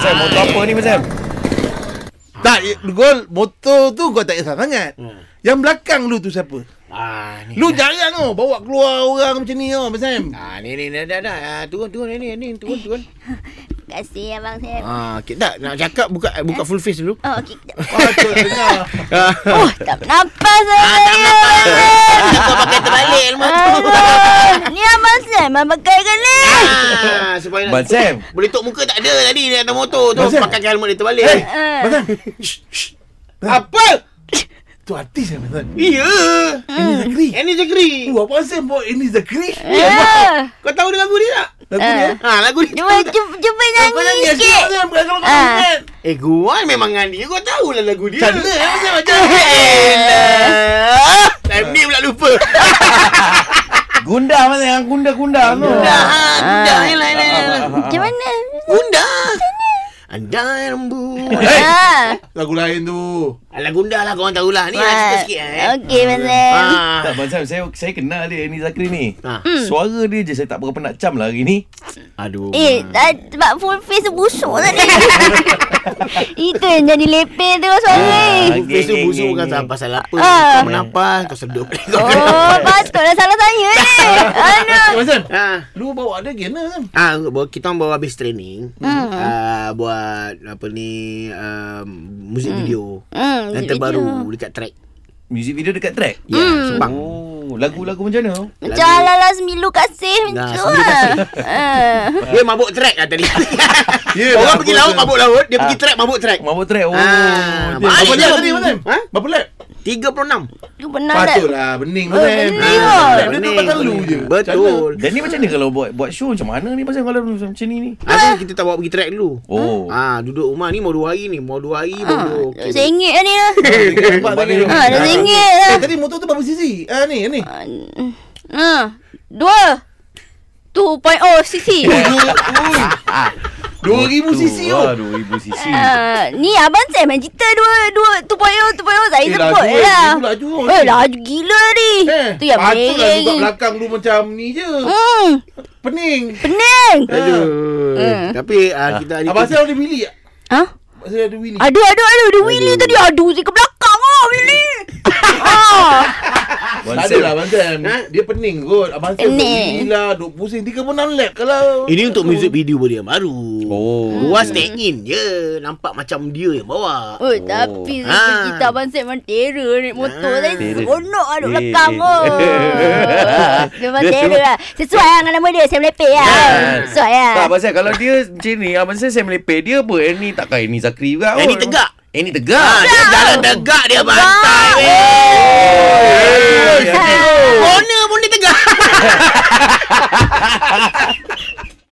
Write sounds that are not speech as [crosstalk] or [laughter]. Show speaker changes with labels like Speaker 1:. Speaker 1: Sam Motor apa ni Abang Sam
Speaker 2: Tak, i- gol motor tu kau tak kisah sangat.
Speaker 3: Hmm.
Speaker 2: Yang belakang lu tu siapa?
Speaker 3: Ah, ni.
Speaker 2: Lu jarang tau bawa keluar orang macam ni oh, tau, Abang Sam.
Speaker 3: Ah, ni ni dah dah dah. Ah, turun turun ni ni turun turun.
Speaker 4: Terima kasih Abang Sam.
Speaker 3: Ah, okay, tak nak cakap buka buka full face dulu.
Speaker 4: Oh, okey. kejap.
Speaker 2: Patut dengar.
Speaker 3: [laughs] Ah,
Speaker 4: Oh, tak nafas saya. Ah, tak
Speaker 3: kau pakai terbalik ilmu tu.
Speaker 4: Ni Abang Sam abang pakai ke ni?
Speaker 3: Ah, supaya nak
Speaker 1: Abang Sam
Speaker 3: boleh tok muka tak ada tadi di atas motor tu
Speaker 2: Abang Sam.
Speaker 3: pakai helmet dia terbalik.
Speaker 2: Hey,
Speaker 4: Ah.
Speaker 2: Abang Sam. Eh, Shh, shh.
Speaker 3: Apa?
Speaker 2: Tu artis Abang Sam.
Speaker 3: Ya.
Speaker 2: Ini Zakri.
Speaker 3: Annie Zakri.
Speaker 2: Uh, Abang Sam bawa ini Zakri.
Speaker 3: Ya,
Speaker 4: Ah.
Speaker 3: Kau tahu dia lagu dia tak?
Speaker 2: Lagu eh? dia.
Speaker 3: Ha, lagu dia.
Speaker 4: Cuba, cuba, cuba
Speaker 2: Kau
Speaker 4: nyanyi
Speaker 2: nangis sikit.
Speaker 4: sikit.
Speaker 2: Abang Sam. Bukan kalau kau
Speaker 4: Ah.
Speaker 2: ingat.
Speaker 3: Eh, gua memang dengan dia. Kau tahu lah lagu dia.
Speaker 2: Canda Abang Sam macam.
Speaker 3: Eh. Elah. Time ni pula lupa.
Speaker 1: Gundah Abang Sam Yang gundah-gundah tu
Speaker 3: Gundah. Gundah. Yelah, yelah, yelah.
Speaker 4: Macam mana?
Speaker 3: Gundah. Andai rembu.
Speaker 2: Hey,
Speaker 4: Ah.
Speaker 2: [laughs] lagu lain tu.
Speaker 3: Alah gundah lah korang tahulah Ni lah cerita sikit eh
Speaker 4: Okey, Abang Sam.
Speaker 3: ah.
Speaker 1: Tak Abang Sam saya, saya kenal dia Ini Zakri ni
Speaker 3: Ah.
Speaker 1: Suara dia je Saya tak berapa nak cam lah hari ni
Speaker 3: Aduh
Speaker 4: Eh, dah, sebab full face tu busuk lah
Speaker 3: [laughs]
Speaker 4: ni. Itu yang jadi lepeh tu suara.
Speaker 1: Ah,
Speaker 3: Face tu
Speaker 1: geng,
Speaker 3: busuk
Speaker 1: geng,
Speaker 3: bukan
Speaker 1: geng.
Speaker 3: tak pasal apa
Speaker 4: Ah.
Speaker 3: Kau menafas [laughs] Kau sedup
Speaker 4: Oh, patut dah salah tanya
Speaker 3: [laughs]
Speaker 4: ni. Aduh.
Speaker 2: Abang Sam.
Speaker 3: Ah.
Speaker 2: Lu bawa dia gena Sam.
Speaker 3: Ah, bawa- kita orang baru habis training
Speaker 4: Hmm.
Speaker 3: ah, Buat apa ni um, Muzik video
Speaker 4: Hmm,
Speaker 3: Yang
Speaker 4: video. Hmm.
Speaker 3: terbaru dekat track
Speaker 1: Music video dekat track
Speaker 3: Ya, yeah, Sepang
Speaker 1: Oh Lagu-lagu macam mana
Speaker 4: Macam ala-ala semilu kasih
Speaker 3: Nah,
Speaker 4: macam tu
Speaker 3: Semilu
Speaker 4: lah.
Speaker 3: Kasih.
Speaker 4: Ah.
Speaker 3: Dia mabuk track lah tadi
Speaker 2: [laughs] Ya,
Speaker 3: Orang
Speaker 2: mabuk
Speaker 3: pergi laut
Speaker 2: track. Ah.
Speaker 3: mabuk laut Dia pergi track mabuk track
Speaker 1: Mabuk track Oh
Speaker 3: Ah,
Speaker 1: dia-
Speaker 3: balik.
Speaker 2: Berapa
Speaker 3: dia
Speaker 2: lap tadi Abang Sam?
Speaker 3: Ha?
Speaker 2: Berapa lap?
Speaker 3: 36
Speaker 4: Tu benar tak?
Speaker 2: Patutlah bening
Speaker 4: Oh,
Speaker 2: Abang Sam.
Speaker 4: bening lah.
Speaker 2: Lap dia tu pasal lu je.
Speaker 3: Betul
Speaker 1: Ah, Dan ni macam ni kalau buat buat show Macam mana ni Abang Sam Kalau macam ni ni
Speaker 3: Habis kita tak bawa pergi track dulu
Speaker 1: Oh
Speaker 3: Ah, duduk rumah ni mau dua hari ni, mau dua
Speaker 4: Ah,
Speaker 3: hari baru.
Speaker 4: Dua sengit lah ni lah.
Speaker 2: Nampak tak ni?
Speaker 4: Ha, dah sengit lah.
Speaker 2: Eh, tadi motor tu berapa sisi? Ah ni, ni.
Speaker 4: Ha, dua. oh, 2.0
Speaker 2: [laughs]
Speaker 4: sisi.
Speaker 2: Oh,
Speaker 1: ya.
Speaker 2: Dua ribu sisi oh.
Speaker 1: oh 2000 cc
Speaker 4: Ah, ni abang saya main cerita dua dua oh, 2.0 2.0 saya
Speaker 2: Eh,
Speaker 4: sebut
Speaker 2: laju, eh.
Speaker 4: lah.
Speaker 2: Itu laju, oh,
Speaker 4: Eh
Speaker 2: ni.
Speaker 4: laju gila ni.
Speaker 2: Eh,
Speaker 4: tu yang
Speaker 2: patutlah
Speaker 4: meleng.
Speaker 2: juga belakang lu macam ni je.
Speaker 4: Hmm,
Speaker 2: Pening.
Speaker 4: pening.
Speaker 3: Eh. Aduh. Tapi ah, kita hari
Speaker 2: Abang
Speaker 3: tu
Speaker 2: saya ada Willy tak?
Speaker 4: Ha?
Speaker 2: Abang saya ada Willy.
Speaker 4: Aduh aduh aduh dia Willy tadi aduh saya ke belakang ah Willy. ah.
Speaker 1: Abang
Speaker 2: Tak ada
Speaker 1: Sam
Speaker 2: lah Abang Sam. Dia pening kot. Abang Sam duk
Speaker 4: Pening.
Speaker 2: Willy lah. Duk pusing. Tiga pun lap kalau.
Speaker 3: ini untuk music video dia yang baru.
Speaker 1: Oh.
Speaker 3: Luar stay in je, nampak macam dia yang bawa.
Speaker 4: Oh, tapi
Speaker 3: Ah.
Speaker 4: ha. kita abang saya memang terror naik motor
Speaker 3: Ah.
Speaker 4: saya seronok lah duduk
Speaker 1: Ha, Eh,
Speaker 4: belakang
Speaker 1: eh.
Speaker 4: oh.
Speaker 1: [laughs]
Speaker 4: Memang terror lah. Sesuai lah dengan nama dia, saya melepek lah.
Speaker 1: Ya.
Speaker 4: Sesuai lah.
Speaker 1: Tak pasal kalau dia macam ni Abang Sam saya melepeh dia apa Eh ni takkan Ini Zakri juga
Speaker 3: Annie tegak.
Speaker 1: Eh ni
Speaker 3: Ah,
Speaker 1: tegak
Speaker 3: dia jalan tegak dia bantai weh.
Speaker 1: Eh,
Speaker 4: Ah.
Speaker 3: [laughs] Corner pun dia tegak.